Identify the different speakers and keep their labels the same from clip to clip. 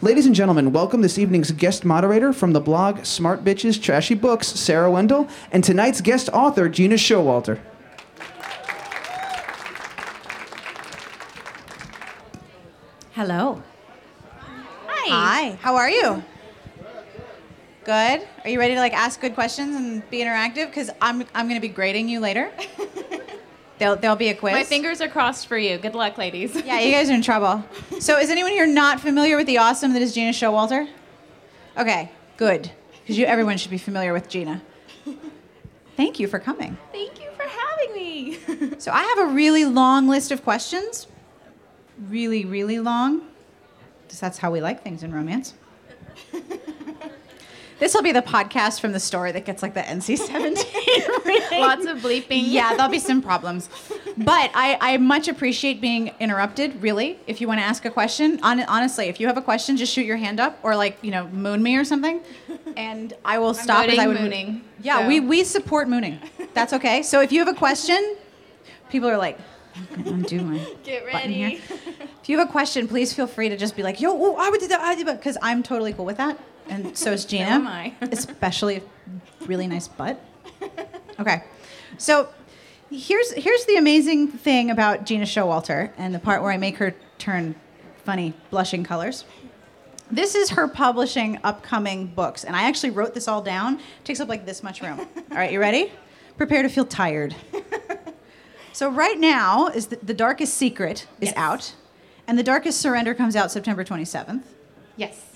Speaker 1: Ladies and gentlemen, welcome this evening's guest moderator from the blog Smart Bitches Trashy Books, Sarah Wendell, and tonight's guest author, Gina Showalter.
Speaker 2: Hello.
Speaker 3: Hi. How are you? Good. Are you ready to like ask good questions and be interactive? Because I'm I'm gonna be grading you later. there'll there'll be a quiz.
Speaker 2: My fingers are crossed for you. Good luck, ladies.
Speaker 3: Yeah, you guys are in trouble. So is anyone here not familiar with the awesome that is Gina Showalter? Okay. Good. Because you everyone should be familiar with Gina. Thank you for coming.
Speaker 2: Thank you for having me.
Speaker 3: So I have a really long list of questions. Really, really long. Because that's how we like things in romance. this will be the podcast from the story that gets like the NC 17.
Speaker 2: Lots of bleeping.
Speaker 3: Yeah, there'll be some problems. But I, I much appreciate being interrupted, really. If you want to ask a question, on, honestly, if you have a question, just shoot your hand up or like, you know, moon me or something. And I will stop as
Speaker 2: voting
Speaker 3: I would.
Speaker 2: mooning,
Speaker 3: Yeah,
Speaker 2: so.
Speaker 3: we, we support mooning. That's okay. So if you have a question, people are like, I'm gonna undo my
Speaker 2: Get
Speaker 3: button here.
Speaker 2: ready.
Speaker 3: If you have a question, please feel free to just be like, yo, ooh, I would do that, I would do that, because I'm totally cool with that. And so is Gina.
Speaker 2: am I.
Speaker 3: especially if really nice butt. Okay. So here's here's the amazing thing about Gina Showalter and the part where I make her turn funny, blushing colors. This is her publishing upcoming books, and I actually wrote this all down. It takes up like this much room. All right, you ready? Prepare to feel tired. So right now is the, the Darkest Secret is
Speaker 2: Yes.
Speaker 3: out, and the Darkest Surrender comes out September 27th.
Speaker 2: Yes.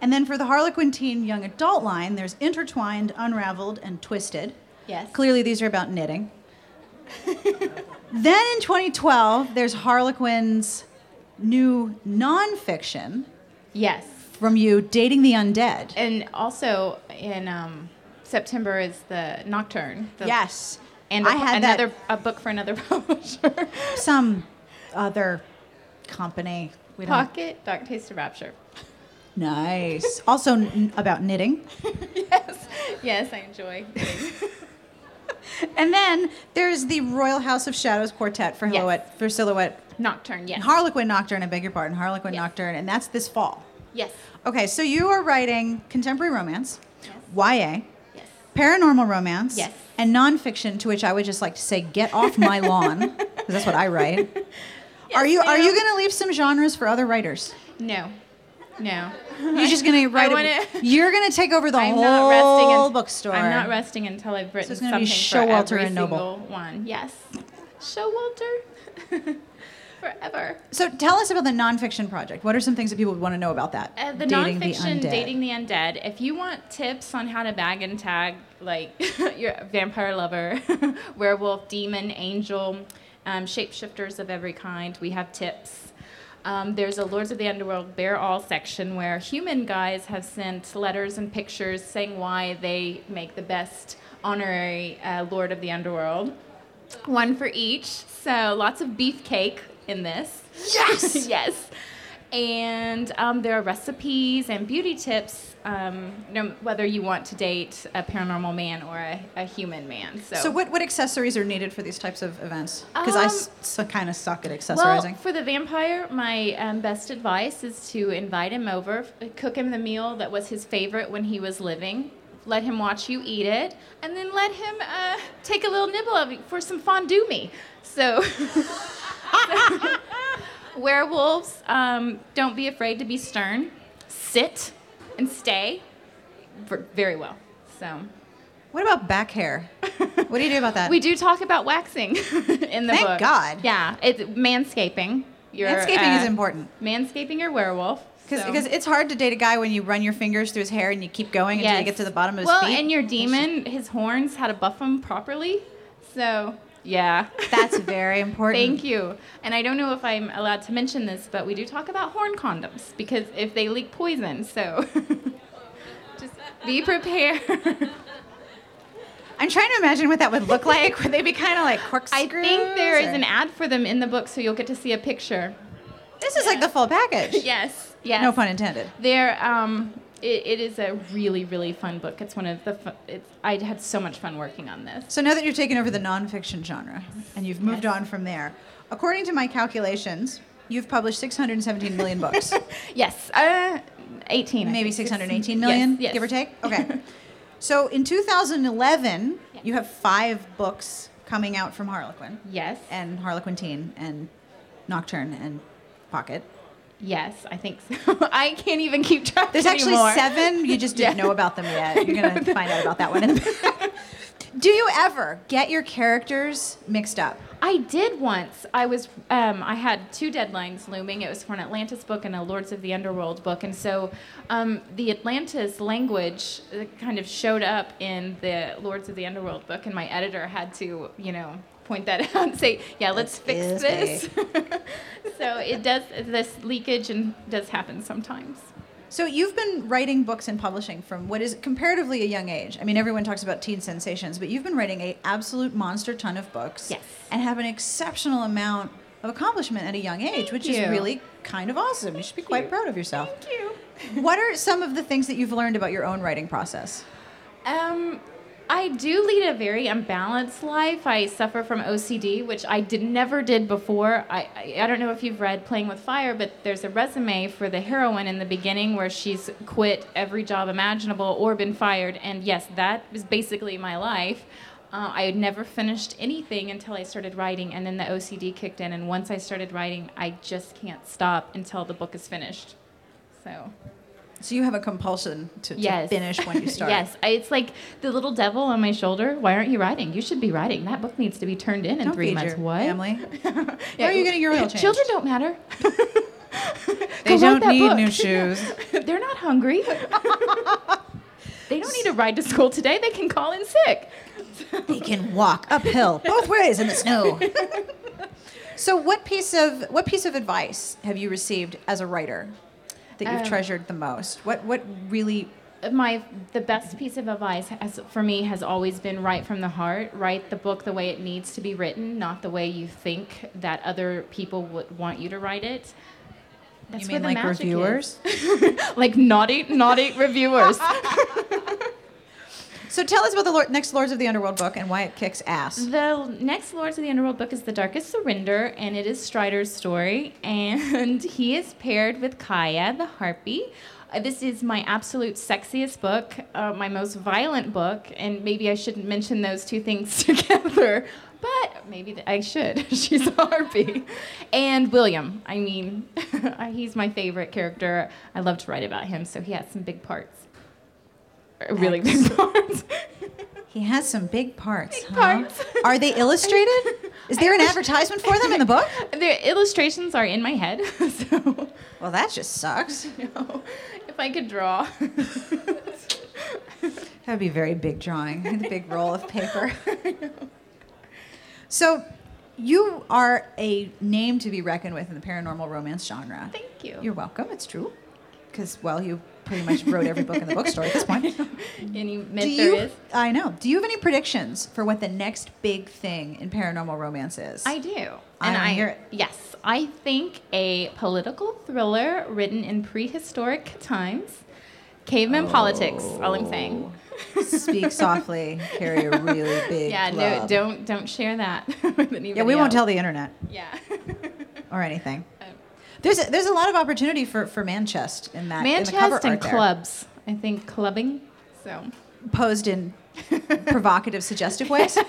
Speaker 3: And then for the Harlequin teen young adult line, there's Intertwined, Unraveled, and Twisted.
Speaker 2: Yes.
Speaker 3: Clearly, these are about knitting. then in 2012, there's Harlequin's new nonfiction
Speaker 2: Yes.
Speaker 3: from you, Dating the Undead.
Speaker 2: And also in um, September is the Nocturne. the-
Speaker 3: yes.
Speaker 2: And
Speaker 3: I
Speaker 2: a-
Speaker 3: had that-
Speaker 2: another a book for another publisher.
Speaker 3: Some other company. We don't
Speaker 2: Pocket Dark Taste of Rapture.
Speaker 3: Nice. also n- about knitting.
Speaker 2: Yes. Yes, I enjoy.
Speaker 3: And then there's the Royal House of Shadows Quartet for,
Speaker 2: Yes.
Speaker 3: Silhouette, for Silhouette
Speaker 2: Nocturne. Yes.
Speaker 3: Harlequin Nocturne, I beg your pardon, Harlequin
Speaker 2: Yes.
Speaker 3: Nocturne, and that's this fall.
Speaker 2: yes.
Speaker 3: Okay, so you are writing contemporary romance, YA,
Speaker 2: Yes.
Speaker 3: paranormal romance,
Speaker 2: Yes.
Speaker 3: and nonfiction, to which I would just like to say, get off my lawn, because that's what I write. are you are you
Speaker 2: ma'am.
Speaker 3: going to leave some genres for other writers?
Speaker 2: No. No.
Speaker 3: You're just going to write.
Speaker 2: wanna-
Speaker 3: it, you're going to take over the
Speaker 2: I'm
Speaker 3: whole
Speaker 2: not resting. un-
Speaker 3: bookstore.
Speaker 2: I'm not resting until I've written
Speaker 3: it's
Speaker 2: something
Speaker 3: gonna be
Speaker 2: for
Speaker 3: Showalter
Speaker 2: every
Speaker 3: and Noble.
Speaker 2: single one. Yes, Showalter, forever.
Speaker 3: so tell us about the nonfiction project. What are some things that people would want to know about that?
Speaker 2: Uh, the
Speaker 3: Dating
Speaker 2: nonfiction
Speaker 3: Undead.
Speaker 2: dating the undead. If you want tips on how to bag and tag like your vampire lover, werewolf, demon, angel, um, shapeshifters of every kind, we have tips. Um, there's a Lords of the Underworld Bear All section where human guys have sent letters and pictures saying why they make the best honorary uh, Lord of the Underworld. One for each. So lots of beefcake in this. Yes. yes. And um, there are recipes and beauty tips, um, no, whether you want to date a paranormal man or a, a human man. So,
Speaker 3: So what, what accessories are needed for these types of events? Because I
Speaker 2: Um,
Speaker 3: s- so kind of suck at
Speaker 2: Well,
Speaker 3: accessorizing.
Speaker 2: for the vampire, my um, best advice is to invite him over, f- cook him the meal that was his favorite when he was living, let him watch you eat it, and then let him uh, take a little nibble of it for some fondue me. So, werewolves, um, don't be afraid to be stern, sit and stay ver- very well. So,
Speaker 3: what about back hair? what do you do about that?
Speaker 2: we do talk about waxing in the
Speaker 3: Thank
Speaker 2: book.
Speaker 3: God.
Speaker 2: Yeah, it's manscaping. Your,
Speaker 3: Manscaping
Speaker 2: uh,
Speaker 3: is important
Speaker 2: manscaping your werewolf
Speaker 3: because
Speaker 2: so-
Speaker 3: it's hard to date a guy when you run your fingers through his hair and you keep going until
Speaker 2: Yes.
Speaker 3: you get to the bottom of his
Speaker 2: well,
Speaker 3: feet.
Speaker 2: and your demon, his horns, how to buff them properly. So yeah,
Speaker 3: That's very important.
Speaker 2: thank you. And I don't know if I'm allowed to mention this, but we do talk about horn condoms because if they leak poison, so just be prepared.
Speaker 3: I'm trying to imagine what that would look like. would they be kind of like
Speaker 2: I
Speaker 3: corkscrews?
Speaker 2: think there is
Speaker 3: or-
Speaker 2: an ad for them in the book, so you'll get to see a picture.
Speaker 3: This is like the full package.
Speaker 2: Yes. Yes.
Speaker 3: No pun intended.
Speaker 2: There, um, it, it is a really, really fun book. It's one of the. Fun, it's, I had so much fun working on this.
Speaker 3: So now that you've taken over the nonfiction genre and you've moved on from there, according to my calculations, you've published 617 million books.
Speaker 2: Yes. Uh, 18. I
Speaker 3: maybe
Speaker 2: think.
Speaker 3: 618
Speaker 2: Yes,
Speaker 3: million,
Speaker 2: yes.
Speaker 3: give or take. Okay. so in 2011,
Speaker 2: Yeah.
Speaker 3: you have five books coming out from Harlequin
Speaker 2: Yes.
Speaker 3: and Harlequin Teen and Nocturne and Pocket.
Speaker 2: Yes, I think so. I can't even keep track
Speaker 3: There's actually
Speaker 2: anymore.
Speaker 3: seven. You just didn't
Speaker 2: Yeah.
Speaker 3: know about them yet. You're gonna find out about that one. In the back. Do you ever get your characters mixed up?
Speaker 2: I did once. I was um, I had two deadlines looming. It was for an Atlantis book and a Lords of the Underworld book, and so um, the Atlantis language uh, kind of showed up in the Lords of the Underworld book, and my editor had to, you know, point that out and say, "Yeah, let's fix
Speaker 3: is
Speaker 2: this." so it does. This leakage and does happen sometimes.
Speaker 3: So you've been writing books and publishing from what is comparatively a young age. I mean, everyone talks about teen sensations, but you've been writing a absolute monster ton of books.
Speaker 2: Yes.
Speaker 3: And have an exceptional amount of accomplishment at a young age, which is
Speaker 2: you.
Speaker 3: really kind of awesome. you should be quite
Speaker 2: you.
Speaker 3: proud of yourself.
Speaker 2: Thank you.
Speaker 3: What are some of the things that you've learned about your own writing process?
Speaker 2: Um, I do lead a very unbalanced life. I suffer from OCD, which I did never did before. I, I I don't know if you've read Playing with Fire, but there's a resume for the heroine in the beginning where she's quit every job imaginable or been fired, and yes, that was basically my life. Uh, I had never finished anything until I started writing, and then the OCD kicked in. And once I started writing, I just can't stop until the book is finished. So.
Speaker 3: So you have a compulsion to, to
Speaker 2: Yes.
Speaker 3: finish when you start.
Speaker 2: yes, I- it's like the little devil on my shoulder. Why aren't you writing? You should be writing. That book needs to be turned in in
Speaker 3: Don't
Speaker 2: three
Speaker 3: feed
Speaker 2: months.
Speaker 3: your
Speaker 2: What?
Speaker 3: Family. Where are you getting your oil changed?
Speaker 2: Children don't matter. Go
Speaker 3: They
Speaker 2: write
Speaker 3: don't
Speaker 2: that
Speaker 3: need new
Speaker 2: book.
Speaker 3: shoes.
Speaker 2: They're not hungry. they don't need a ride to school today. They can call in sick.
Speaker 3: they can walk uphill both ways in the snow. so what piece of what piece of advice have you received as a writer that you've
Speaker 2: Um,
Speaker 3: treasured the most? What what really
Speaker 2: my the best piece of advice has, for me has always been write from the heart write the book the way it needs to be written not the way you think that other people would want you to write it that's
Speaker 3: you
Speaker 2: where
Speaker 3: mean
Speaker 2: the
Speaker 3: like
Speaker 2: magic is.
Speaker 3: reviewers?
Speaker 2: like naughty naughty reviewers
Speaker 3: So tell us about the Lord, next Lords of the Underworld book and why it kicks ass.
Speaker 2: The next Lords of the Underworld book is The Darkest Surrender, and it is Strider's story. And he is paired with Kaya, the harpy. Uh, This is my absolute sexiest book, uh, my most violent book, and maybe I shouldn't mention those two things together, but maybe th- I should. She's a harpy. And William, I mean, he's my favorite character. I love to write about him, so he has some big parts. Uh, Really big parts.
Speaker 3: He has some big parts.
Speaker 2: Big
Speaker 3: huh?
Speaker 2: parts.
Speaker 3: Are they illustrated? Is there an advertisement for them in the book?
Speaker 2: The illustrations are in my head, so
Speaker 3: Well, that just sucks.
Speaker 2: you know, if I could draw.
Speaker 3: That would be a very big drawing with a big roll of paper. so, you are a name to be reckoned with in the paranormal romance genre.
Speaker 2: Thank you.
Speaker 3: You're welcome. It's true. Because, well, you pretty much wrote every book in the bookstore at this point.
Speaker 2: Any myth
Speaker 3: Do
Speaker 2: there
Speaker 3: you,
Speaker 2: is.
Speaker 3: I know. Do you have any predictions for what the next big thing in paranormal romance is?
Speaker 2: I do.
Speaker 3: I wanna hear it.
Speaker 2: Yes, I think a political thriller written in prehistoric times, caveman
Speaker 3: Oh.
Speaker 2: politics. All I'm saying.
Speaker 3: Speak softly, carry a really big.
Speaker 2: Yeah, no,
Speaker 3: club.
Speaker 2: don't don't share that with anybody.
Speaker 3: Yeah, we won't tell
Speaker 2: else.
Speaker 3: the internet.
Speaker 2: Yeah.
Speaker 3: or anything.
Speaker 2: Um,
Speaker 3: There's a, there's a lot of opportunity for, for Manchest in that. in the
Speaker 2: Manchester
Speaker 3: cover
Speaker 2: and
Speaker 3: art there.
Speaker 2: clubs. I think clubbing. So.
Speaker 3: posed in provocative, suggestive ways.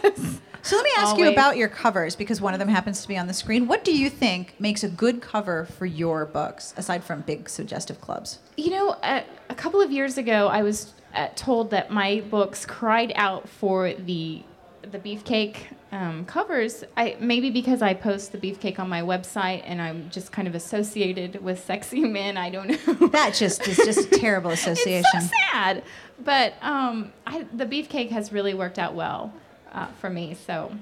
Speaker 3: So let me ask you
Speaker 2: Always.
Speaker 3: about your covers because one of them happens to be on the screen. What do you think makes a good cover for your books aside from big suggestive clubs?
Speaker 2: You know, a, a couple of years ago, I was uh, told that my books cried out for the the beefcake um, covers. I maybe because I post the beefcake on my website and I'm just kind of associated with sexy men. I don't know.
Speaker 3: That just is just a terrible
Speaker 2: it's so
Speaker 3: association.
Speaker 2: sad, but um, I, the beefcake has really worked out well uh, for me. So.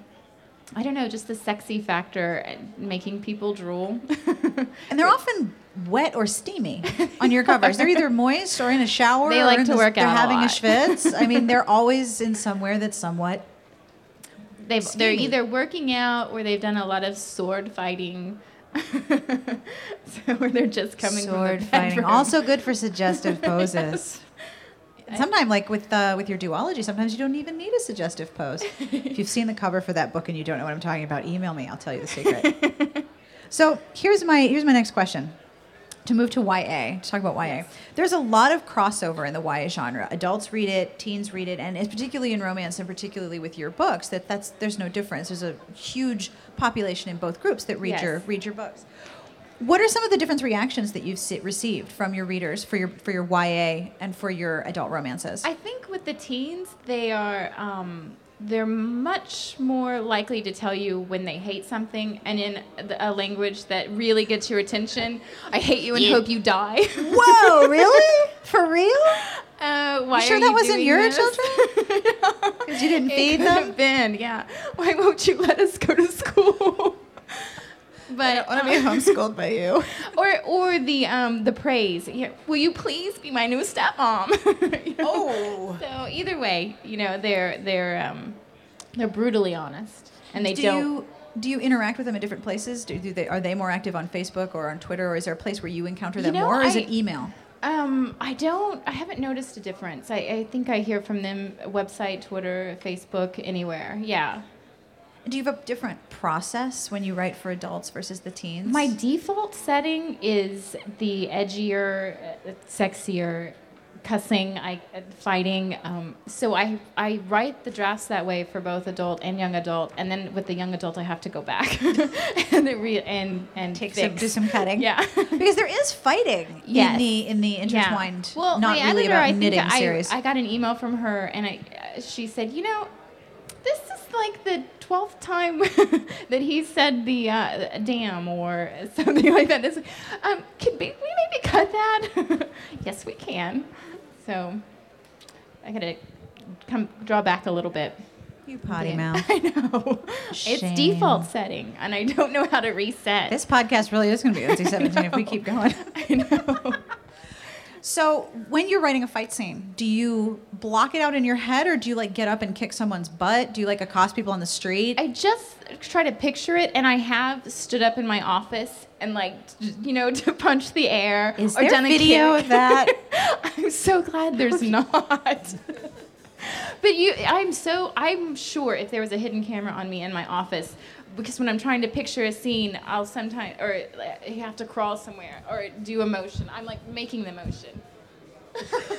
Speaker 2: I don't know, just the sexy factor and making people drool.
Speaker 3: and they're often wet or steamy on your covers. They're either moist or in a shower.
Speaker 2: They
Speaker 3: or
Speaker 2: like
Speaker 3: in
Speaker 2: to
Speaker 3: the-
Speaker 2: work
Speaker 3: They're
Speaker 2: out a
Speaker 3: having a
Speaker 2: lot.
Speaker 3: schwitz. I mean, they're always in somewhere that's somewhat
Speaker 2: They've, they're
Speaker 3: Steamy.
Speaker 2: either working out or they've done a lot of sword fighting. so where they're just coming from
Speaker 3: sword
Speaker 2: the
Speaker 3: fighting.
Speaker 2: bedroom.
Speaker 3: Also good for suggestive poses.
Speaker 2: I-
Speaker 3: Sometimes, like with uh, with your duology, sometimes you don't even need a suggestive pose. if you've seen the cover for that book and you don't know what I'm talking about, email me. I'll tell you the secret. so here's my here's my next question. to move to YA, to talk about YA, there's a lot of crossover in the YA genre. Adults read it, teens read it, and it's particularly in romance and particularly with your books that that's there's no difference. There's a huge population in both groups that read
Speaker 2: Yes.
Speaker 3: your read your books. What are some of the different reactions that you've se- received from your readers for your for your YA and for your adult romances?
Speaker 2: I think with the teens, they are um, they're much more likely to tell you when they hate something, and in the- a language that really gets your attention. I hate you and hope you die.
Speaker 3: Whoa, really? For real?
Speaker 2: uh, why
Speaker 3: sure
Speaker 2: are
Speaker 3: that wasn't
Speaker 2: doing
Speaker 3: your
Speaker 2: this?
Speaker 3: children? Because you didn't
Speaker 2: It
Speaker 3: feed
Speaker 2: could
Speaker 3: them.
Speaker 2: have been, yeah. Why won't you let us go to school? but
Speaker 3: homeschooled by you.
Speaker 2: or or the um the praise. Yeah, Will you please be my new stepmom? You know?
Speaker 3: Oh.
Speaker 2: So either way, you know they're they're um they're brutally honest, and they
Speaker 3: do
Speaker 2: don't.
Speaker 3: you do you interact with them in different places? Do, do they are they more active on Facebook or on Twitter, or is there a place where you encounter
Speaker 2: You
Speaker 3: them
Speaker 2: know,
Speaker 3: more, or is
Speaker 2: I-
Speaker 3: it email?
Speaker 2: Um, I don't. I haven't noticed a difference. I, I think I hear from them website, Twitter, Facebook, anywhere. Yeah.
Speaker 3: Do you have a different process when you write for adults versus the teens?
Speaker 2: My default setting is the edgier, uh, sexier, cussing, I, uh, fighting. Um, so I I write the drafts that way for both adult and young adult, and then with the young adult, I have to go back and re- and and
Speaker 3: take some,
Speaker 2: fix.
Speaker 3: do some cutting.
Speaker 2: Yeah.
Speaker 3: because there is fighting in
Speaker 2: Yes.
Speaker 3: the in the intertwined,
Speaker 2: Yeah. Well,
Speaker 3: not
Speaker 2: my
Speaker 3: really
Speaker 2: editor,
Speaker 3: about
Speaker 2: I think
Speaker 3: knitting
Speaker 2: I,
Speaker 3: series.
Speaker 2: I got an email from her, and I, uh, she said, you know, this is like the twelfth time that he said the uh, damn or something like that. This, um, can be, we maybe cut that? yes, we can. So I gotta come draw back a little bit.
Speaker 3: you potty
Speaker 2: Okay.
Speaker 3: mouth.
Speaker 2: I know.
Speaker 3: Shame.
Speaker 2: It's default setting, and I don't know how to reset.
Speaker 3: This podcast really is going to be NC seventeen if we keep going.
Speaker 2: I know.
Speaker 3: So, when you're writing a fight scene, do you block it out in your head, or do you like get up and kick someone's butt? Do you like accost people on the street?
Speaker 2: I just try to picture it, and I have stood up in my office and like, d- you know, to punch the air
Speaker 3: Is
Speaker 2: or
Speaker 3: there
Speaker 2: done a
Speaker 3: video
Speaker 2: kick.
Speaker 3: of that?
Speaker 2: I'm so glad there's not. but you, I'm so, I'm sure if there was a hidden camera on me in my office, because when I'm trying to picture a scene, I'll sometimes or like, you have to crawl somewhere or do a motion. I'm like making the motion.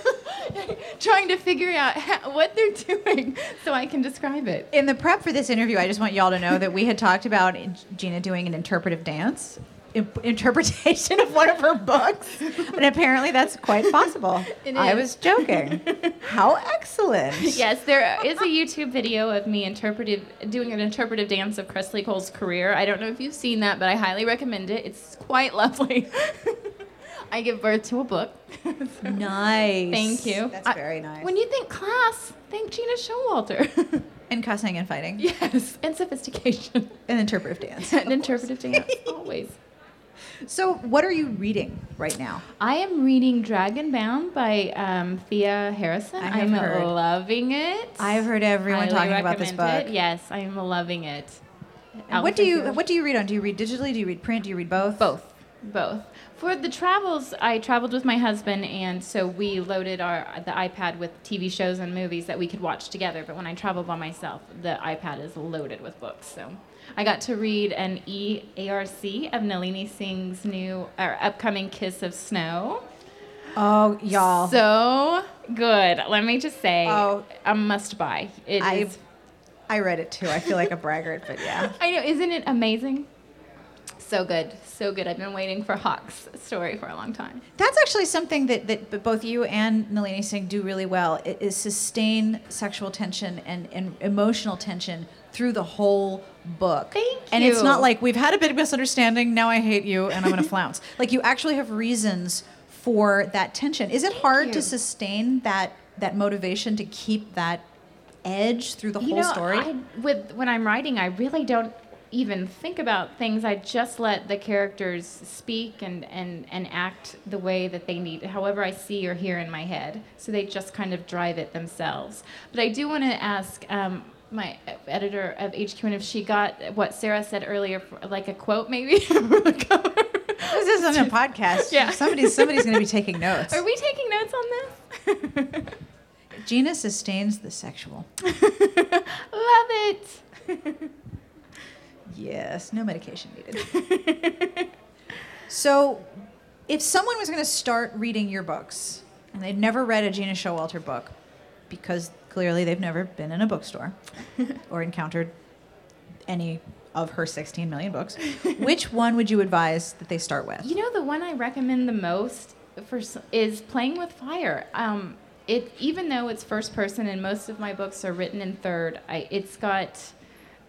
Speaker 2: trying to figure out ha- what they're doing so I can describe it.
Speaker 3: in the prep for this interview, I just want y'all to know that we had talked about Gina doing an interpretive dance, in- interpretation of one of her books, and apparently that's quite possible.
Speaker 2: It
Speaker 3: I
Speaker 2: is.
Speaker 3: was joking. How excellent!
Speaker 2: Yes, there is a YouTube video of me interpretive doing an interpretive dance of Cressley Cole's career. I don't know if you've seen that, but I highly recommend it. It's quite lovely. I give birth to a book.
Speaker 3: Nice.
Speaker 2: Thank you.
Speaker 3: That's
Speaker 2: I-
Speaker 3: very nice.
Speaker 2: When you think class, think Gina Showalter.
Speaker 3: and cussing and fighting,
Speaker 2: yes, and sophistication.
Speaker 3: an interpretive dance.
Speaker 2: An interpretive dance, always.
Speaker 3: So, what are you reading right now?
Speaker 2: I am reading Dragonbound by um, Thea Harrison.
Speaker 3: I have
Speaker 2: I'm
Speaker 3: heard.
Speaker 2: loving it.
Speaker 3: I've heard everyone
Speaker 2: Highly
Speaker 3: talking about this
Speaker 2: recommend
Speaker 3: book.
Speaker 2: It. Yes, I'm loving it.
Speaker 3: And What do
Speaker 2: Alfred
Speaker 3: you
Speaker 2: Hill.
Speaker 3: What do you read on? Do you read digitally? Do you read print? Do you read both?
Speaker 2: Both. Both. For the travels, I traveled with my husband, and so we loaded our the iPad with TV shows and movies that we could watch together. But when I travel by myself, the iPad is loaded with books. So I got to read an E EARC of Nalini Singh's new or upcoming Kiss of Snow.
Speaker 3: Oh, y'all.
Speaker 2: So good. Let me just say,
Speaker 3: Oh.
Speaker 2: a must buy. It
Speaker 3: I-
Speaker 2: is-
Speaker 3: I read it too. I feel like a braggart, but yeah.
Speaker 2: I know, isn't it amazing? So good, so good. I've been waiting for Hawk's story for a long time.
Speaker 3: That's actually something that, that b- both you and Nalini Singh do really well i- is sustain sexual tension and, and emotional tension through the whole book.
Speaker 2: Thank
Speaker 3: And it's
Speaker 2: you.
Speaker 3: not like we've had a bit of misunderstanding, now I hate you and I'm gonna flounce. Like you actually have reasons for that tension. Is it hard to
Speaker 2: you.
Speaker 3: sustain that that motivation to keep that edge through the
Speaker 2: you
Speaker 3: whole
Speaker 2: know,
Speaker 3: story?
Speaker 2: I, with when I'm writing, I really don't even think about things. I just let the characters speak and, and, and act the way that they need, however I see or hear in my head. So they just kind of drive it themselves. But I do want to ask um, my editor of HQN if she got what Sarah said earlier, for, like a quote maybe.
Speaker 3: this isn't a podcast.
Speaker 2: Yeah.
Speaker 3: Somebody, somebody's going to be taking notes.
Speaker 2: Are we taking notes on this?
Speaker 3: Gina sustains the sexual.
Speaker 2: Love it.
Speaker 3: Yes, no medication needed. so, if someone was going to start reading your books and they'd never read a Gina Showalter book because clearly they've never been in a bookstore or encountered any of her 16 million books, which one would you advise that they start with?
Speaker 2: You know, the one I recommend the most for s- is Playing with Fire. Um, it even though it's first person and most of my books are written in third, I, it's got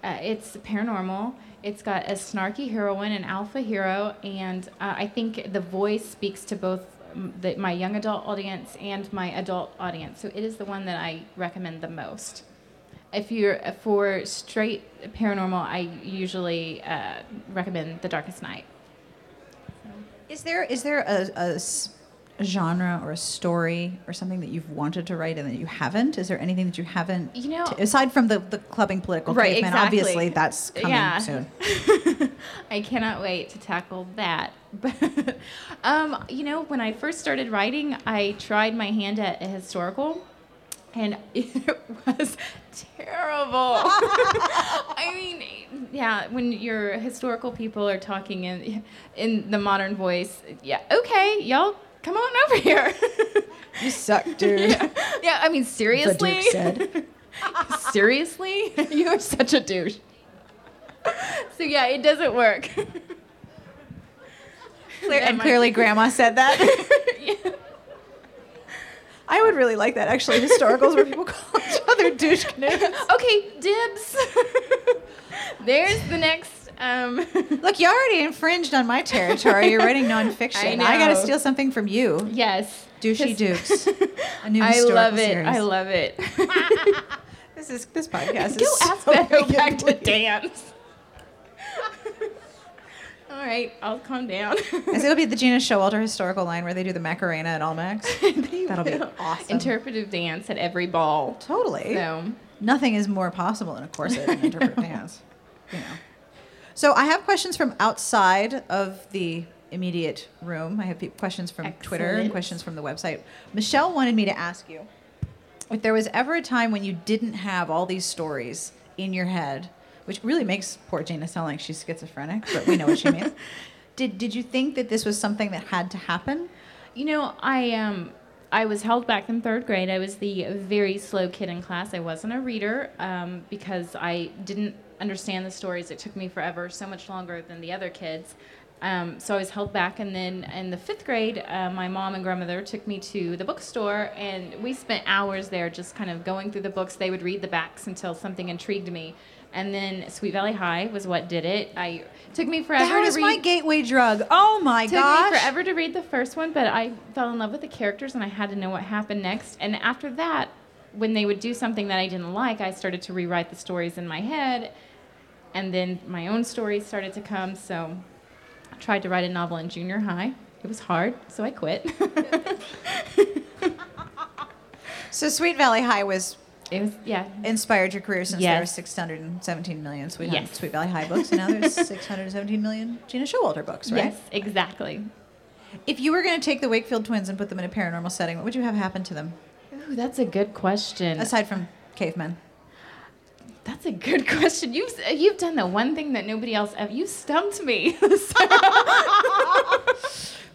Speaker 2: uh, it's paranormal. It's got a snarky heroine, an alpha hero, and uh, I think the voice speaks to both mm, the, my young adult audience and my adult audience. So it is the one that I recommend the most. If you're uh, for straight paranormal, I usually uh, recommend The Darkest Night.
Speaker 3: Is there is there a, a s- a genre or a story or something that you've wanted to write and that you haven't? Is there anything that you haven't?
Speaker 2: You know-
Speaker 3: t- aside from the, the clubbing political
Speaker 2: Right,
Speaker 3: caveman,
Speaker 2: exactly.
Speaker 3: obviously that's coming
Speaker 2: Yeah.
Speaker 3: soon.
Speaker 2: I cannot wait to tackle that. But um, you know, when I first started writing, I tried my hand at a historical, and it was terrible. I mean, yeah, when your historical people are talking in in the modern voice, yeah, okay, y'all, come on over here.
Speaker 3: You suck, dude.
Speaker 2: yeah, I mean, seriously. Seriously? you are such a douche. so yeah, it doesn't work.
Speaker 3: Clear-
Speaker 2: That
Speaker 3: and
Speaker 2: might-
Speaker 3: clearly, Grandma said that. I would really like that actually. Historicals where people call each other douche canoes.
Speaker 2: okay, dibs. There's the next um
Speaker 3: Look, you already infringed on my territory. You're writing
Speaker 2: I
Speaker 3: nonfiction.
Speaker 2: know.
Speaker 3: I, gotta steal something from you.
Speaker 2: Yes.
Speaker 3: Douchey
Speaker 2: His-
Speaker 3: Dukes. A new
Speaker 2: I love
Speaker 3: historical
Speaker 2: it. I
Speaker 3: series.
Speaker 2: love it.
Speaker 3: this is this podcast.
Speaker 2: Go
Speaker 3: is
Speaker 2: ask
Speaker 3: so
Speaker 2: that Beto back to
Speaker 3: regularly-
Speaker 2: dance. All right, I'll calm down.
Speaker 3: I say it'll be the Gina Showalter historical line where they do the Macarena at Almax. That'll be awesome.
Speaker 2: Interpretive dance at every ball.
Speaker 3: totally.
Speaker 2: So
Speaker 3: Nothing is more possible in a corset than interpret dance. You know. So I have questions from outside of the immediate room. I have pe- questions from Twitter and
Speaker 2: Excellent.
Speaker 3: questions from the website. Michelle wanted me to ask you if there was ever a time when you didn't have all these stories in your head, which really makes poor Gina sound like she's schizophrenic, but we know what she means. Did did you think that this was something that had to happen?
Speaker 2: You know, I um I was held back in third grade. I was the very slow kid in class. I wasn't a reader um, because I didn't understand the stories. It took me forever, so much longer than the other kids. Um, so I was held back, and then in the fifth grade, uh, my mom and grandmother took me to the bookstore, and we spent hours there just kind of going through the books. They would read the backs until something intrigued me, and then Sweet Valley High was what did it. I took me forever.
Speaker 3: That
Speaker 2: to
Speaker 3: is
Speaker 2: read
Speaker 3: my gateway drug. Oh my
Speaker 2: took
Speaker 3: gosh.
Speaker 2: me forever to read the first one, but I fell in love with the characters and I had to know what happened next. And after that, when they would do something that I didn't like, I started to rewrite the stories in my head, and then my own stories started to come. So I tried to write a novel in junior high. It was hard, so I quit.
Speaker 3: So Sweet Valley High was
Speaker 2: it was yeah.
Speaker 3: inspired your career since there
Speaker 2: Yes.
Speaker 3: were 617 million Sweet,
Speaker 2: Yes.
Speaker 3: Sweet Valley High books, and now there's 617 million Gina Showalter books, right?
Speaker 2: Yes, exactly.
Speaker 3: If you were going to take the Wakefield twins and put them in a paranormal setting, what would you have happen to them
Speaker 2: Ooh, that's a good question.
Speaker 3: aside from cavemen?
Speaker 2: That's a good question. You've you've done the one thing that nobody else ever. You stumped me.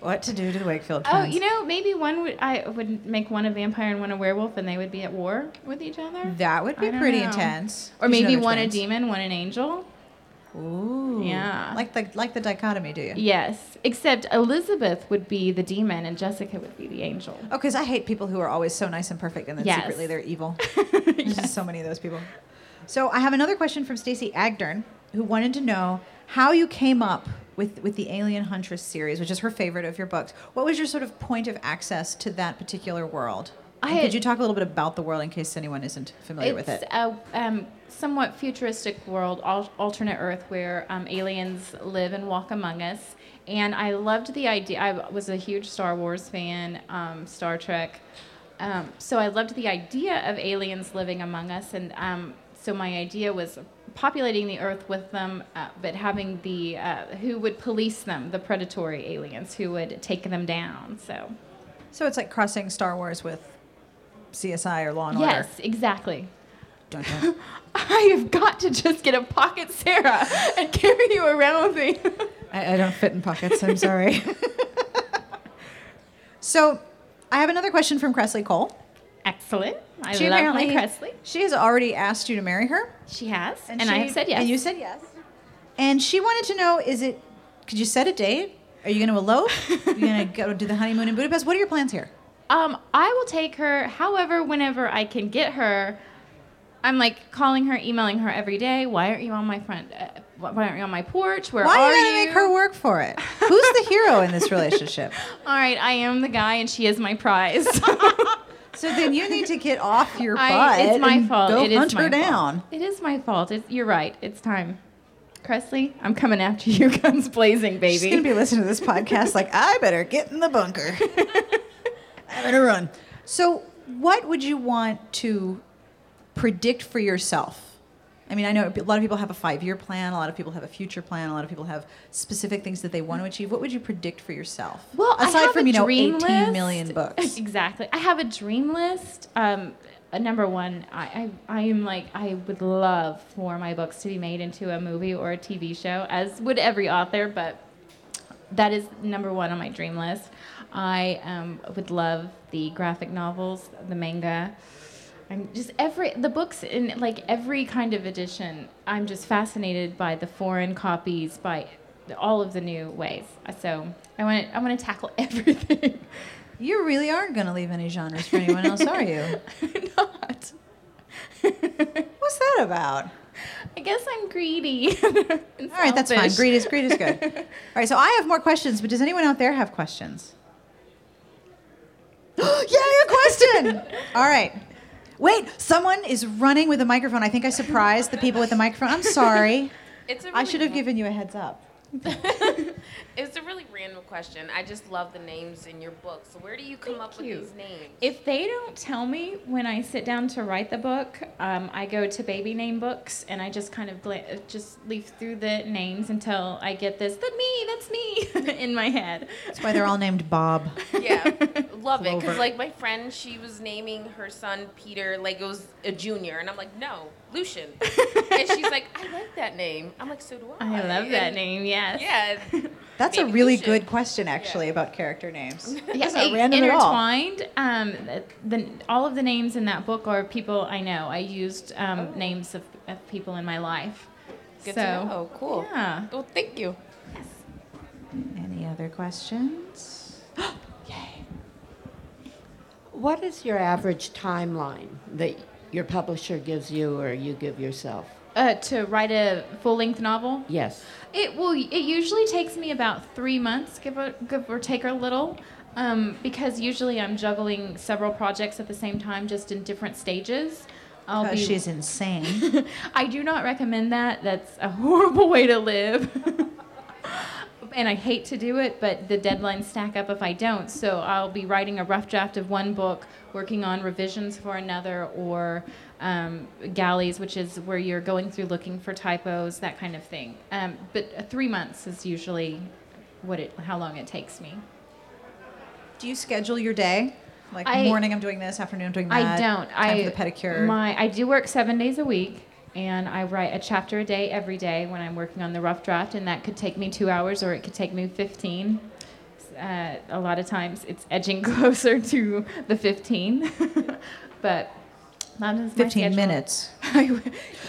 Speaker 3: What to do to the Wakefield
Speaker 2: Oh,
Speaker 3: twins?
Speaker 2: you know, maybe one would I would make one a vampire and one a werewolf, and they would be at war with each other.
Speaker 3: that would be
Speaker 2: I don't
Speaker 3: pretty
Speaker 2: know.
Speaker 3: intense.
Speaker 2: Or
Speaker 3: Did you know
Speaker 2: maybe
Speaker 3: they're
Speaker 2: one
Speaker 3: twins?
Speaker 2: a demon, one an angel.
Speaker 3: Ooh,
Speaker 2: Yeah.
Speaker 3: like the like the dichotomy, do you?
Speaker 2: Yes, except Elizabeth would be the demon and Jessica would be the angel.
Speaker 3: Oh, because I hate people who are always so nice and perfect and then
Speaker 2: Yes.
Speaker 3: secretly they're evil. There's just so many of those people. So I have another question from Stacey Agdern, who wanted to know how you came up with, with the Alien Huntress series, which is her favorite of your books. What was your sort of point of access to that particular world?
Speaker 2: I
Speaker 3: And could
Speaker 2: had-
Speaker 3: you talk a little bit about the world in case anyone isn't familiar with it?
Speaker 2: It's a um, somewhat futuristic world, al- alternate Earth, where um, aliens live and walk among us. And I loved the idea. I was a huge Star Wars fan, um, Star Trek. Um, so I loved the idea of aliens living among us. And um, so my idea was populating the Earth with them, uh, but having the uh, who would police them, the predatory aliens who would take them down. So
Speaker 3: So it's like crossing Star Wars with CSI or Law and
Speaker 2: yes, exactly.
Speaker 3: Order. Dun, dun.
Speaker 2: I have got to just get a pocket Sarah and carry you around with me.
Speaker 3: I, I don't fit in pockets. I'm sorry. So I have another question from Cressley Cole.
Speaker 2: Excellent. I love my Cressley.
Speaker 3: she has already asked you to marry her.
Speaker 2: She has, and, I have
Speaker 3: she-
Speaker 2: said yes.
Speaker 3: And you said yes. And she wanted to know: Is it? Could you set a date? Are you going to elope? Are you going to go do the honeymoon in Budapest? What are your plans here?
Speaker 2: Um, I will take her. However, whenever I can get her, I'm like calling her, emailing her every day. Why aren't you on my front? Uh, why aren't you on my porch? Where
Speaker 3: Why
Speaker 2: are
Speaker 3: you got to make her work for it? Who's the hero in this relationship?
Speaker 2: All right, I am the guy, and she is my prize.
Speaker 3: So then you need to get off your butt.
Speaker 2: I, it's my
Speaker 3: and
Speaker 2: fault.
Speaker 3: Go
Speaker 2: It is
Speaker 3: hunt
Speaker 2: my
Speaker 3: her
Speaker 2: fault.
Speaker 3: down.
Speaker 2: It is my fault. It's, you're right. It's time. Cressley, I'm coming after you guns blazing, baby.
Speaker 3: She's gonna be listening to this podcast like I better get in the bunker. I better run. So, what would you want to predict for yourself? I mean, I know a lot of people have a five-year plan. A lot of people have a future plan. A lot of people have specific things that they want to achieve. What would you predict for yourself?
Speaker 2: Well, I
Speaker 3: aside
Speaker 2: have
Speaker 3: from
Speaker 2: a
Speaker 3: you know,
Speaker 2: dream
Speaker 3: eighteen million
Speaker 2: list.
Speaker 3: books.
Speaker 2: Exactly. I have a dream list. Um, uh, number one, I, I I am like I would love for my books to be made into a movie or a TV show, as would every author. But that is number one on my dream list. I um, would love the graphic novels, the manga. I'm just every the books in like every kind of edition. I'm just fascinated by the foreign copies, by the- all of the new ways. So I want to, I want to tackle everything.
Speaker 3: You really aren't gonna leave any genres for anyone else, are you?
Speaker 2: Not.
Speaker 3: What's that about?
Speaker 2: I guess I'm greedy.
Speaker 3: All right, that's fine. Greed is greed is good. All right, so I have more questions, but does anyone out there have questions? Yay, a question! All right. Wait, someone is running with a microphone. I think I surprised the people with the microphone. I'm sorry.
Speaker 4: It's a really
Speaker 3: I should have given you a heads up.
Speaker 4: It's a really random question. I just love the names in your book. So where do you come up
Speaker 2: you.
Speaker 4: with these names?
Speaker 2: If they don't tell me when I sit down to write the book, um, I go to baby name books and I just kind of gla- uh, just leaf through the names until I get this. That me, that's me in my head.
Speaker 3: That's why they're all named Bob.
Speaker 4: yeah, love it.
Speaker 3: Clover.
Speaker 4: Because like my friend, she was naming her son Peter like it was a junior, and I'm like, no, Lucian. and she's like, I like that name. I'm like, so do I.
Speaker 2: I love that
Speaker 4: And-
Speaker 2: name. Yes.
Speaker 4: Yeah,
Speaker 3: That's a
Speaker 4: Maybe we
Speaker 3: really
Speaker 4: should.
Speaker 3: good question, actually, about character names.
Speaker 2: yeah,
Speaker 3: That's not
Speaker 2: in-
Speaker 3: random at all.
Speaker 2: intertwined. Um, the, all of the names in that book are people I know. I used um, names of, of people in my life.
Speaker 4: Oh. good
Speaker 2: so,
Speaker 4: to know. Cool.
Speaker 2: Yeah.
Speaker 4: Well, thank you.
Speaker 3: Any other questions?
Speaker 5: What is your average timeline that your publisher gives you or you give yourself?
Speaker 2: Uh, to write a full length novel?
Speaker 5: Yes.
Speaker 2: It will. It usually takes me about three months, give or, give or take a little, um, because usually I'm juggling several projects at the same time, just in different stages. I'll
Speaker 3: Because
Speaker 2: be-
Speaker 3: she's insane.
Speaker 2: I do not recommend that. That's a horrible way to live. and I hate to do it, but the deadlines stack up if I don't. So I'll be writing a rough draft of one book, working on revisions for another, or um, galleys, which is where you're going through looking for typos, that kind of thing. Um, but uh, three months is usually what it, how long it takes me.
Speaker 3: Do you schedule your day? Like
Speaker 2: I-
Speaker 3: morning, I'm doing this. Afternoon, I'm doing
Speaker 2: I
Speaker 3: that.
Speaker 2: don't.
Speaker 3: Time
Speaker 2: I
Speaker 3: for the pedicure.
Speaker 2: My I do work seven days a week, and I write a chapter a day every day when I'm working on the rough draft, and that could take me two hours or it could take me fifteen. Uh, a lot of times, it's edging closer to the fifteen, but that is my
Speaker 3: 15
Speaker 2: schedule.
Speaker 3: minutes.
Speaker 2: I w-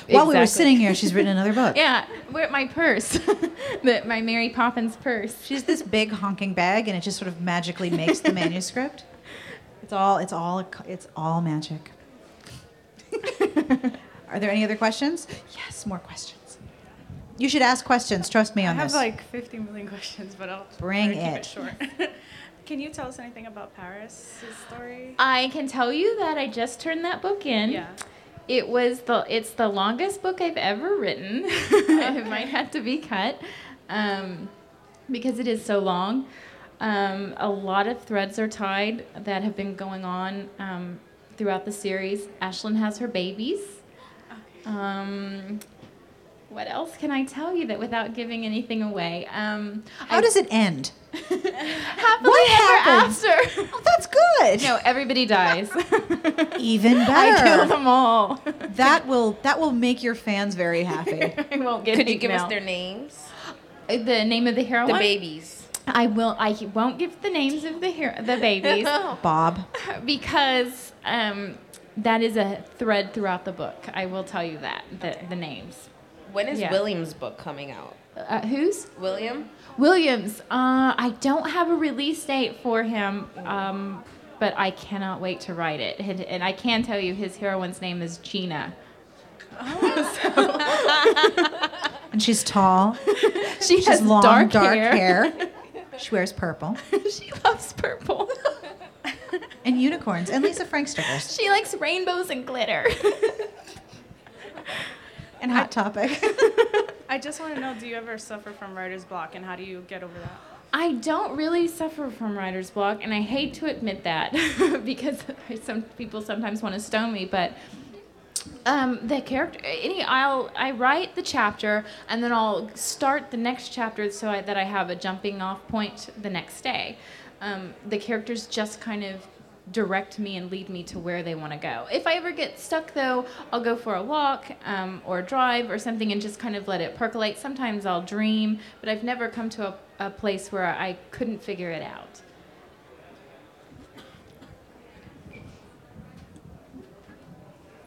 Speaker 3: While we were
Speaker 2: Exactly.
Speaker 3: sitting here, she's written another book.
Speaker 2: Yeah, where my purse, the, my Mary Poppins purse.
Speaker 3: She's this big honking bag, and it just sort of magically makes the manuscript. It's all, it's all, a co- it's all magic. Are there any other questions? Yes, more questions. You should ask questions. Trust me
Speaker 6: I
Speaker 3: on
Speaker 6: have
Speaker 3: this.
Speaker 6: like 50 million questions, but I'll
Speaker 3: Bring
Speaker 6: try to keep
Speaker 3: it.
Speaker 6: it short. Can you tell us anything about Paris' story?
Speaker 2: I can tell you that I just turned that book
Speaker 3: Um,
Speaker 2: in.
Speaker 6: Yeah.
Speaker 2: It was the it's the longest book I've ever written. it might have to be cut um, because it is so long. Um, a lot of threads are tied that have been going on um, throughout the series. Ashlyn has her babies. Um, what else can I tell you that without giving anything away? Um,
Speaker 3: How
Speaker 2: I
Speaker 3: does it end?
Speaker 2: happily
Speaker 3: what
Speaker 2: ever
Speaker 3: happens?
Speaker 2: after?
Speaker 3: Oh, that's good.
Speaker 2: no, everybody dies.
Speaker 3: Even better.
Speaker 2: I kill them all.
Speaker 3: That will that will make your fans very happy.
Speaker 2: I won't get
Speaker 4: Could you
Speaker 2: hate
Speaker 4: give us
Speaker 2: mail.
Speaker 4: their names?
Speaker 2: Uh, the name of the heroine?
Speaker 4: The babies.
Speaker 2: I will. I won't give the names of the hero, the babies
Speaker 3: Bob.
Speaker 2: because um, that is a thread throughout the book. I will tell you that the, the names.
Speaker 4: When is
Speaker 2: Yeah.
Speaker 4: William's book coming out?
Speaker 2: Uh, whose?
Speaker 4: William?
Speaker 2: Williams. Uh, I don't have a release date for him, um, but I cannot wait to write it. And, and I can tell you, his heroine's name is Gina.
Speaker 3: And she's tall.
Speaker 2: She
Speaker 3: She has
Speaker 2: has
Speaker 3: long,
Speaker 2: dark, hair.
Speaker 3: hair. She wears purple.
Speaker 2: she loves purple.
Speaker 3: And unicorns. And Lisa Frank stickers.
Speaker 2: she likes rainbows and glitter.
Speaker 3: And Hot Topic.
Speaker 6: I just want to know do you ever suffer from writer's block and how do you get over that?
Speaker 2: I don't really suffer from writer's block, and I hate to admit that because some people sometimes want to stone me, but um, the character any I'll I write the chapter and then I'll start the next chapter so I, that I have a jumping off point the next day. Um, the characters just kind of direct me and lead me to where they want to go. If I ever get stuck though, I'll go for a walk um, or a drive or something and just kind of let it percolate. Sometimes I'll dream, but I've never come to a, a place where I couldn't figure it out.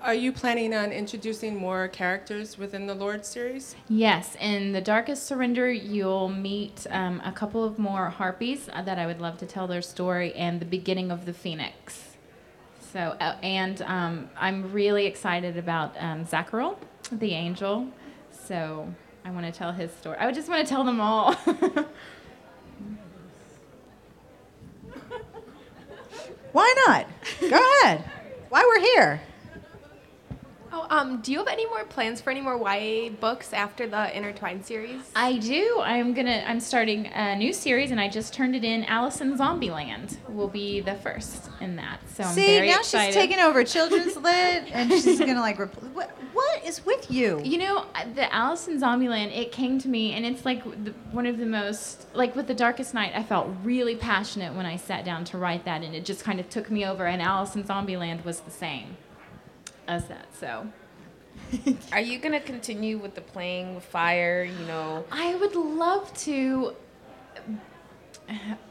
Speaker 7: Are you planning on introducing more characters within the Lord series?
Speaker 2: Yes, in The Darkest Surrender, you'll meet um, a couple of more harpies uh, that I would love to tell their story and the beginning of the phoenix. So, uh, and um, I'm really excited about um, Zachariel, the angel. So, I want to tell his story. I just want to tell them all.
Speaker 3: Why not? Go ahead. Why we're here.
Speaker 8: Oh, um, do you have any more plans for any more YA books after the Intertwined series?
Speaker 2: I do. I'm gonna. I'm starting a new series, and I just turned it in. Alice in Zombieland will be the first in that. So I'm
Speaker 3: See,
Speaker 2: very
Speaker 3: now
Speaker 2: excited.
Speaker 3: she's taking over children's lit and she's going to like, rep- what, what is with you?
Speaker 2: You know, the Alice in Zombieland, it came to me, and it's like the, one of the most, like with The Darkest Night, I felt really passionate when I sat down to write that, and it just kind of took me over, and Alice in Zombieland was the same as that, so.
Speaker 4: Are you gonna continue with the playing with fire? You know,
Speaker 2: I would love to.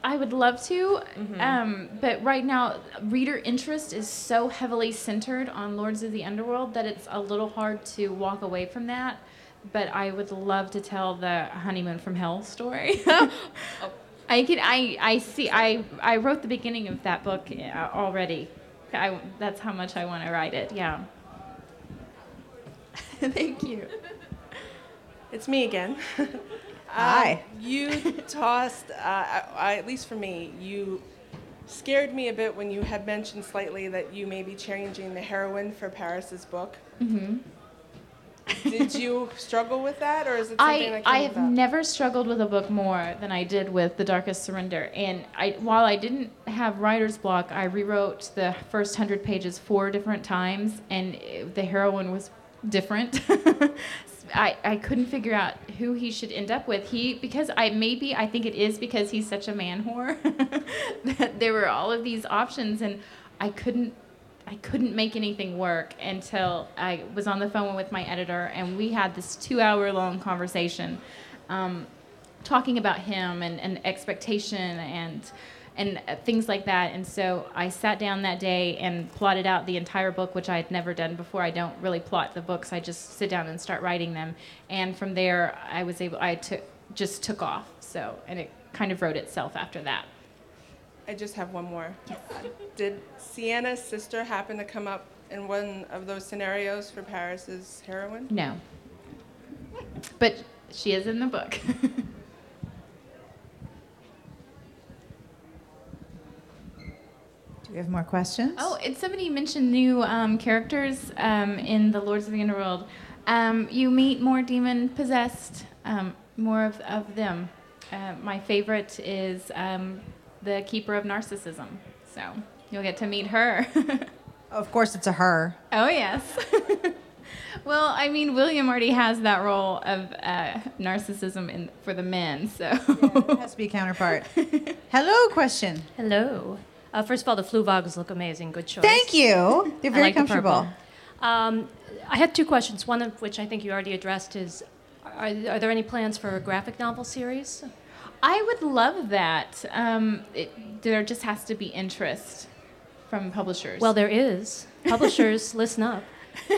Speaker 2: I would love to,
Speaker 8: Mm-hmm.
Speaker 2: um, but right now, reader interest is so heavily centered on Lords of the Underworld that it's a little hard to walk away from that. But I would love to tell the honeymoon from hell story.
Speaker 8: Oh.
Speaker 2: I can. I. I see. I. I wrote the beginning of that book uh, already. I, that's how much I want to write it. Yeah.
Speaker 8: Thank you.
Speaker 7: It's me again.
Speaker 3: Hi.
Speaker 7: Uh, you tossed, uh, I, I- at least for me, you scared me a bit when you had mentioned slightly that you may be changing the heroine for Paris's book. Mm-hmm. Did you struggle with that, or is it something
Speaker 2: I,
Speaker 7: that came
Speaker 2: I have
Speaker 7: about?
Speaker 2: never struggled with a book more than I did with The Darkest Surrender. And I, while I didn't have writer's block, I rewrote the first hundred pages four different times, and it- the heroine was different. I, I couldn't figure out who he should end up with. He because I maybe I think it is because he's such a man whore that there were all of these options and I couldn't I couldn't make anything work until I was on the phone with my editor, and we had this two hour long conversation um, talking about him and, and expectation and and uh, things like that. And so I sat down that day and plotted out the entire book, which I had never done before. I don't really plot the books; I just sit down and start writing them. And from there, I was able I took just took off. So and it kind of wrote itself after that.
Speaker 7: I just have one more. Did Sienna's sister happen to come up in one of those scenarios for Paris's heroine?
Speaker 2: No, but she is in the book.
Speaker 3: Do we have more questions?
Speaker 2: Oh, and somebody mentioned new um, characters um, in the Lords of the Underworld. Um, you meet more demon possessed, um, more of, of them. Uh, my favorite is um, the Keeper of Narcissism. So you'll get to meet her.
Speaker 3: Of course, it's a her.
Speaker 2: oh, yes. well, I mean, William already has that role of uh, narcissism in, for the men, so.
Speaker 3: It has to be a counterpart. Hello, question.
Speaker 9: Hello. Uh, first of all, the Fluvogs look amazing. Good choice.
Speaker 3: Thank you. They're
Speaker 9: I
Speaker 3: very
Speaker 9: like the
Speaker 3: comfortable.
Speaker 9: purple. um, I had two questions. One of which I think you already addressed is: Are, are there any plans for a graphic novel series?
Speaker 2: I would love that. Um, it, there just has to be interest from publishers.
Speaker 9: Well, there is. Publishers, listen up.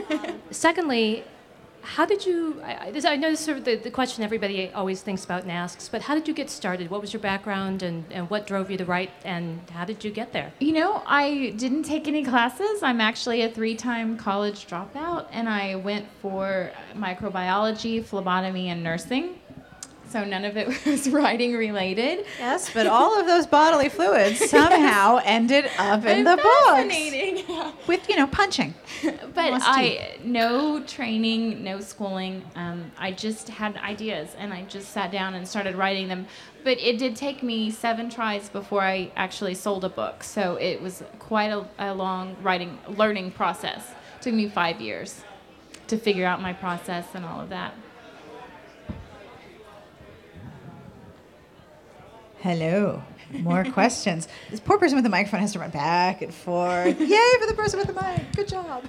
Speaker 9: Um, Secondly, how did you? I, I, this, I know this is sort of the, the question everybody always thinks about and asks, but how did you get started? What was your background, and, and what drove you to write, and how did you get there?
Speaker 2: You know, I didn't take any classes. I'm actually a three time college dropout, and I went for microbiology, phlebotomy, and nursing. So none of it was writing related.
Speaker 3: Yes, but all of those bodily fluids somehow ended up in the books
Speaker 2: Fascinating.
Speaker 3: with you know punching.
Speaker 2: but
Speaker 3: Must
Speaker 2: I no training, no schooling. Um, I just had ideas, and I just sat down and started writing them. But it did take me seven tries before I actually sold a book. So it was quite a, a long writing learning process. took me five years to figure out my process and all of that.
Speaker 3: Hello. More questions. This poor person with the microphone has to run back and forth. Yay for the person with the mic. Good job.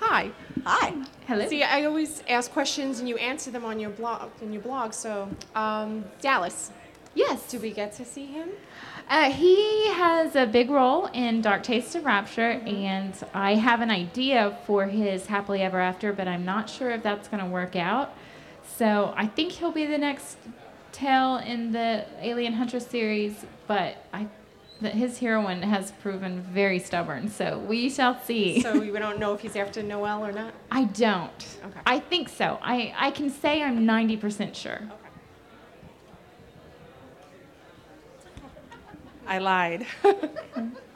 Speaker 6: Hi.
Speaker 3: Hi.
Speaker 2: Hello.
Speaker 6: See, I always ask questions and you answer them on your blog. In your blog, so um, Dallas.
Speaker 2: yes.
Speaker 6: Do we get to see him?
Speaker 2: Uh, he has a big role in Dark Taste of Rapture, and I have an idea for his Happily Ever After, but I'm not sure if that's going to work out. So I think he'll be the next tale in the Alien Hunter series, but I, that his heroine has proven very stubborn, so we shall see.
Speaker 6: So we don't know if he's after Noel or not.
Speaker 2: I don't.
Speaker 6: Okay.
Speaker 2: I think so. I, I can say I'm 90% sure.
Speaker 6: I lied.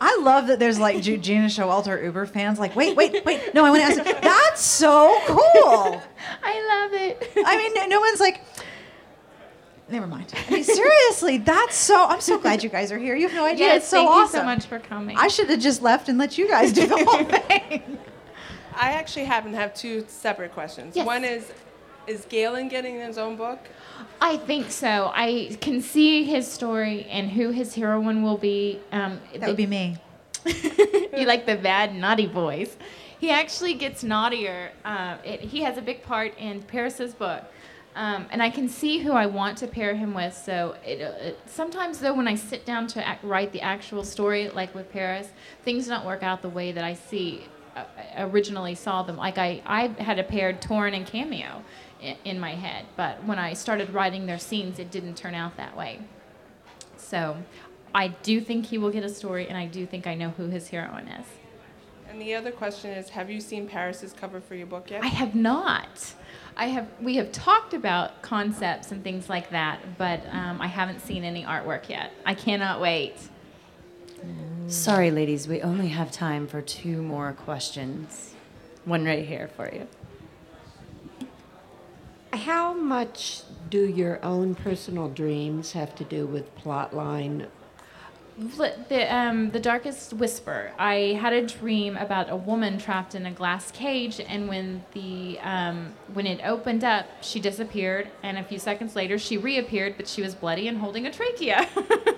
Speaker 3: I love that there's like Ju- Gina Showalter Uber fans. Like, wait, wait, wait. No, I want to ask. That's so cool.
Speaker 2: I love it.
Speaker 3: I mean, no, no one's like. Never mind. I mean, seriously, that's so. I'm so glad you guys are here. You have no idea.
Speaker 2: yes,
Speaker 3: it's so
Speaker 2: thank
Speaker 3: awesome.
Speaker 2: you so much for coming.
Speaker 3: I should have just left and let you guys do the whole thing.
Speaker 7: I actually happen to have two separate questions.
Speaker 2: Yes.
Speaker 7: One is, is Galen getting his own book?
Speaker 2: I think so. I can see his story and who his heroine will be. Um,
Speaker 3: That would be me.
Speaker 2: you like the bad, naughty boys. He actually gets naughtier. Uh, it, he has a big part in Paris's book. Um, and I can see who I want to pair him with. So it, uh, it, sometimes, though, when I sit down to act, write the actual story, like with Paris, things don't work out the way that I see uh, originally saw them. Like I, I had a paired Torin and Cameo in, in my head, but when I started writing their scenes, it didn't turn out that way. So I do think he will get a story, and I do think I know who his heroine is.
Speaker 7: And the other question is, have you seen Paris's cover for your book yet?
Speaker 2: I have not. I have. We have talked about concepts and things like that, but um, I haven't seen any artwork yet. I cannot wait.
Speaker 10: Sorry, ladies, we only have time for two more questions. One right here for you.
Speaker 5: How much do your own personal dreams have to do with plot line?
Speaker 2: Fli- The, um, the Darkest Whisper. I had a dream about a woman trapped in a glass cage, and when the um, when it opened up, she disappeared, and a few seconds later, she reappeared, but she was bloody and holding a trachea.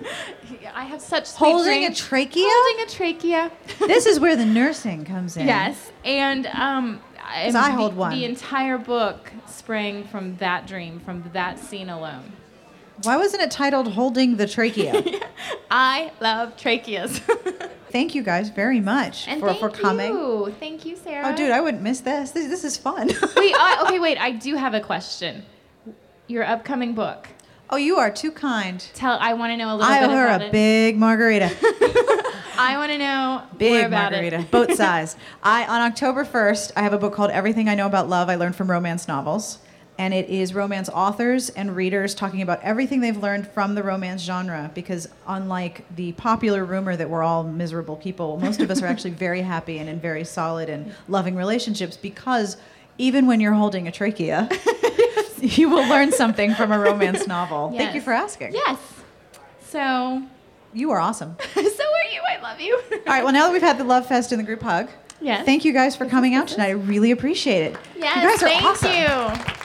Speaker 2: I have such sleep
Speaker 3: Holding a
Speaker 2: dreams.
Speaker 3: trachea?
Speaker 2: Holding a trachea.
Speaker 3: This is where the nursing comes in.
Speaker 2: Yes, and um,
Speaker 3: 'Cause I
Speaker 2: the-
Speaker 3: hold one.
Speaker 2: The entire book sprang from that dream, from that scene alone.
Speaker 3: Why wasn't it titled Holding the Trachea?
Speaker 2: I love tracheas.
Speaker 3: thank you guys very much
Speaker 2: and
Speaker 3: for,
Speaker 2: thank
Speaker 3: for coming.
Speaker 2: you, thank you, Sarah.
Speaker 3: Oh, dude, I wouldn't miss this. This, this is fun.
Speaker 2: wait. I, okay, wait. I do have a question. Your upcoming book.
Speaker 3: oh, you are too kind.
Speaker 2: Tell. I want to know a little
Speaker 3: I
Speaker 2: bit
Speaker 3: owe her
Speaker 2: about
Speaker 3: a
Speaker 2: it.
Speaker 3: big margarita.
Speaker 2: I want to know more
Speaker 3: Big
Speaker 2: about
Speaker 3: margarita,
Speaker 2: it.
Speaker 3: boat sized. I on October first, I have a book called Everything I Know About Love I Learned from Romance Novels, and it is romance authors and readers talking about everything they've learned from the romance genre. Because unlike the popular rumor that we're all miserable people, most of us are actually very happy and in very solid and loving relationships. Because even when you're holding a trachea, you will learn something from a romance novel. Thank you
Speaker 2: Yes.
Speaker 3: for asking.
Speaker 2: Yes. So.
Speaker 3: You are awesome.
Speaker 2: So are you. I love you.
Speaker 3: All right. Well, now that we've had the love fest and the group hug,
Speaker 2: Yes.
Speaker 3: thank you guys for coming out tonight. I really appreciate it.
Speaker 2: Yes.
Speaker 3: you guys are
Speaker 2: thank
Speaker 3: awesome.
Speaker 2: you.